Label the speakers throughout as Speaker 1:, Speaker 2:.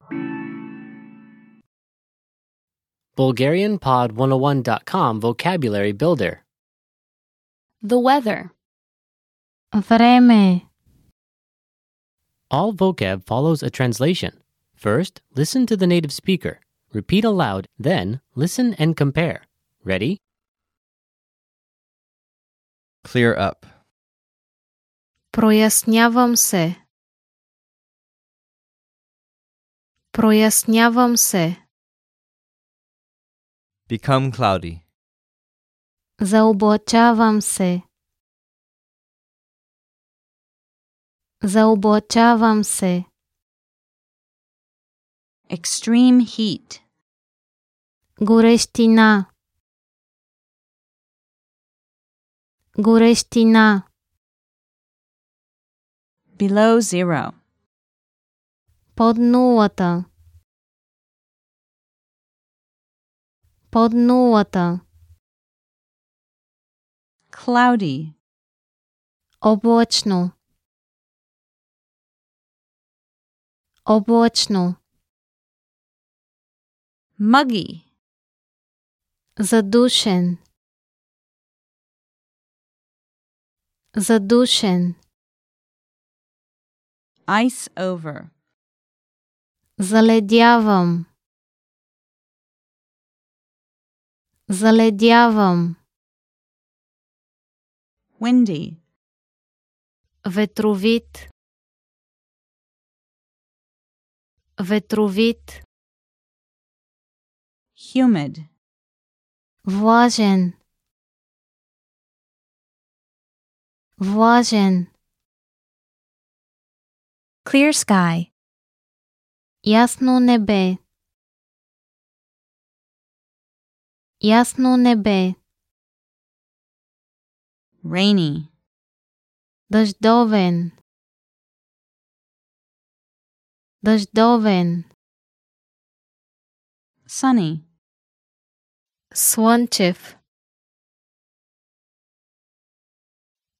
Speaker 1: oh BulgarianPod101.com Vocabulary Builder.
Speaker 2: The weather.
Speaker 3: Време.
Speaker 1: All vocab follows a translation. First, listen to the native speaker. Repeat aloud, then, listen and compare. Ready?
Speaker 4: Clear up.
Speaker 3: Прояснявам се. Прояснявам се.
Speaker 4: Become cloudy.
Speaker 3: Заоблачавам се. Заоблачавам се.
Speaker 5: extreme heat,
Speaker 3: Горещина. Горещина.
Speaker 5: below zero,
Speaker 3: Под нулата. Под нулата.
Speaker 5: cloudy,
Speaker 3: Облачно. Облачно.
Speaker 5: muggy,
Speaker 3: Задушен. Задушен.
Speaker 5: ice over,
Speaker 3: Заледявам. Заледявам.
Speaker 5: windy,
Speaker 3: Ветровит. Ветровит.
Speaker 5: humid,
Speaker 3: Влажен. Влажен.
Speaker 5: clear sky,
Speaker 3: Ясно небе. Ясно небе.
Speaker 5: rainy,
Speaker 3: Дъждовен. Дъждовен.
Speaker 5: sunny,
Speaker 3: Слънчев.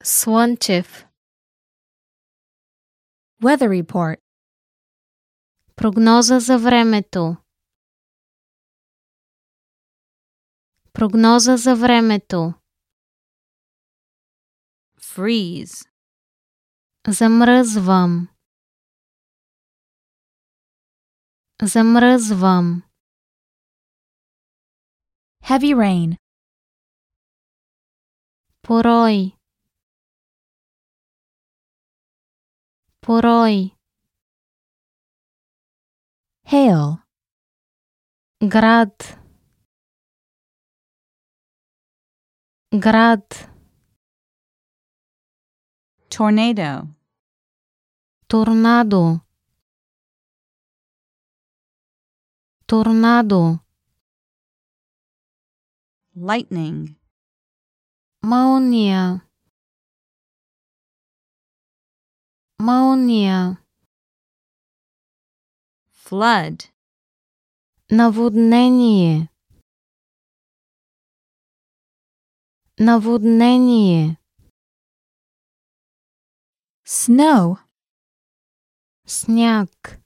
Speaker 3: Слънчев.
Speaker 5: weather report,
Speaker 3: Прогноза за времето. Прогноза за времето.
Speaker 5: freeze,
Speaker 3: Замръзвам. Замръзвам.
Speaker 5: heavy rain,
Speaker 3: Порой. Порой.
Speaker 5: hail,
Speaker 3: Град. Град.
Speaker 5: tornado,
Speaker 3: Торнадо. Торнадо.
Speaker 5: lightning,
Speaker 3: Молния. Молния.
Speaker 5: flood,
Speaker 3: Наводнение. Наводнение.
Speaker 5: snow,
Speaker 3: Сняг.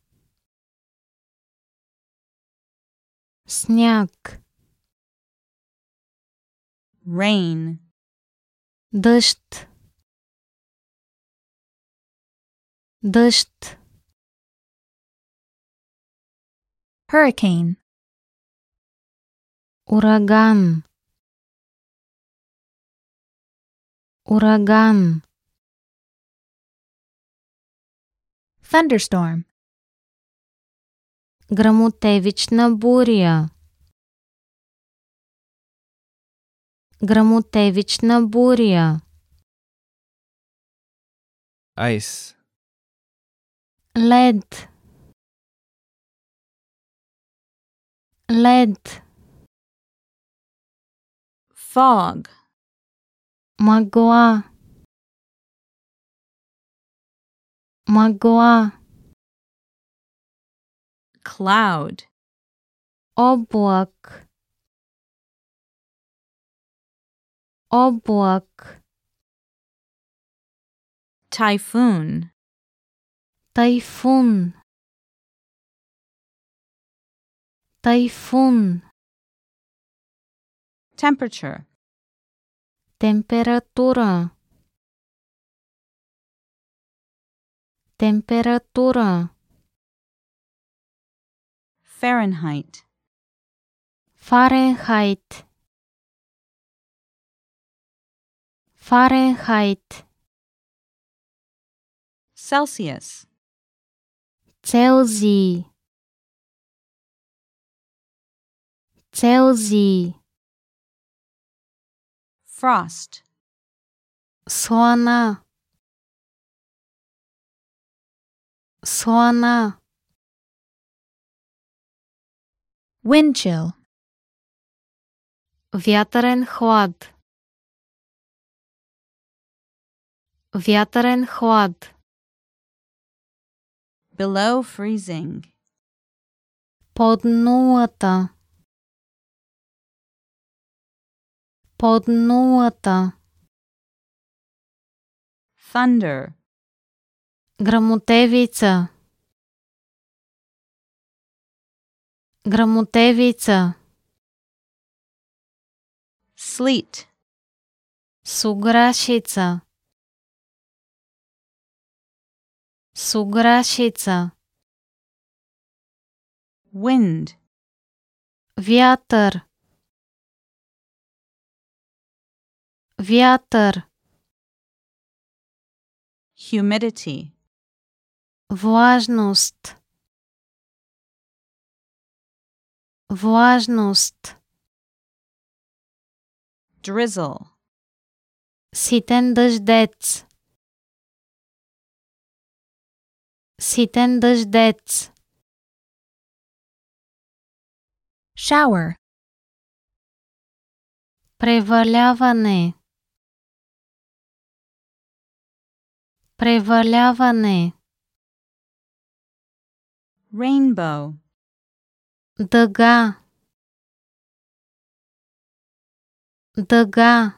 Speaker 3: Сняг.
Speaker 5: rain,
Speaker 3: Дъжд. Дъжд.
Speaker 5: hurricane,
Speaker 3: Ураган. Ураган.
Speaker 5: thunderstorm,
Speaker 3: Грамотевична буря. Грамотевична буря.
Speaker 4: Ice.
Speaker 3: Лед. Лед.
Speaker 5: fog,
Speaker 3: Мъгла. Мъгла.
Speaker 5: cloud,
Speaker 3: Облак. Облак.
Speaker 5: typhoon,
Speaker 3: Тайфун. Тайфун.
Speaker 5: temperature,
Speaker 3: temperatură, temperatură,
Speaker 5: Fahrenheit,
Speaker 3: Fahrenheit, Fahrenheit,
Speaker 5: Celsius,
Speaker 3: Celsius, Celsius,
Speaker 5: frost,
Speaker 3: soana, soana.
Speaker 5: wind chill,
Speaker 3: Вятърен хлад. Вятърен хлад.
Speaker 5: below freezing,
Speaker 3: Под нулата. Под нулата.
Speaker 5: thunder,
Speaker 3: Грамотевица. Грамотевица.
Speaker 5: sleet,
Speaker 3: Суграшица. Суграшица.
Speaker 5: wind,
Speaker 3: Вятър. Вятър.
Speaker 5: humidity,
Speaker 3: Влажност. Влажност.
Speaker 5: drizzle,
Speaker 3: Ситен дъждец. Ситен дъждец.
Speaker 5: shower,
Speaker 3: Преваляване. Преваляване.
Speaker 5: rainbow,
Speaker 3: Дъга. Дъга.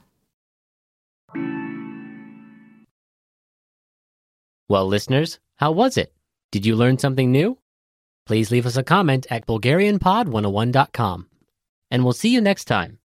Speaker 1: Well, listeners, how was it? Did you learn something new? oh Please leave us a comment at BulgarianPod101.com. And we'll see you next time.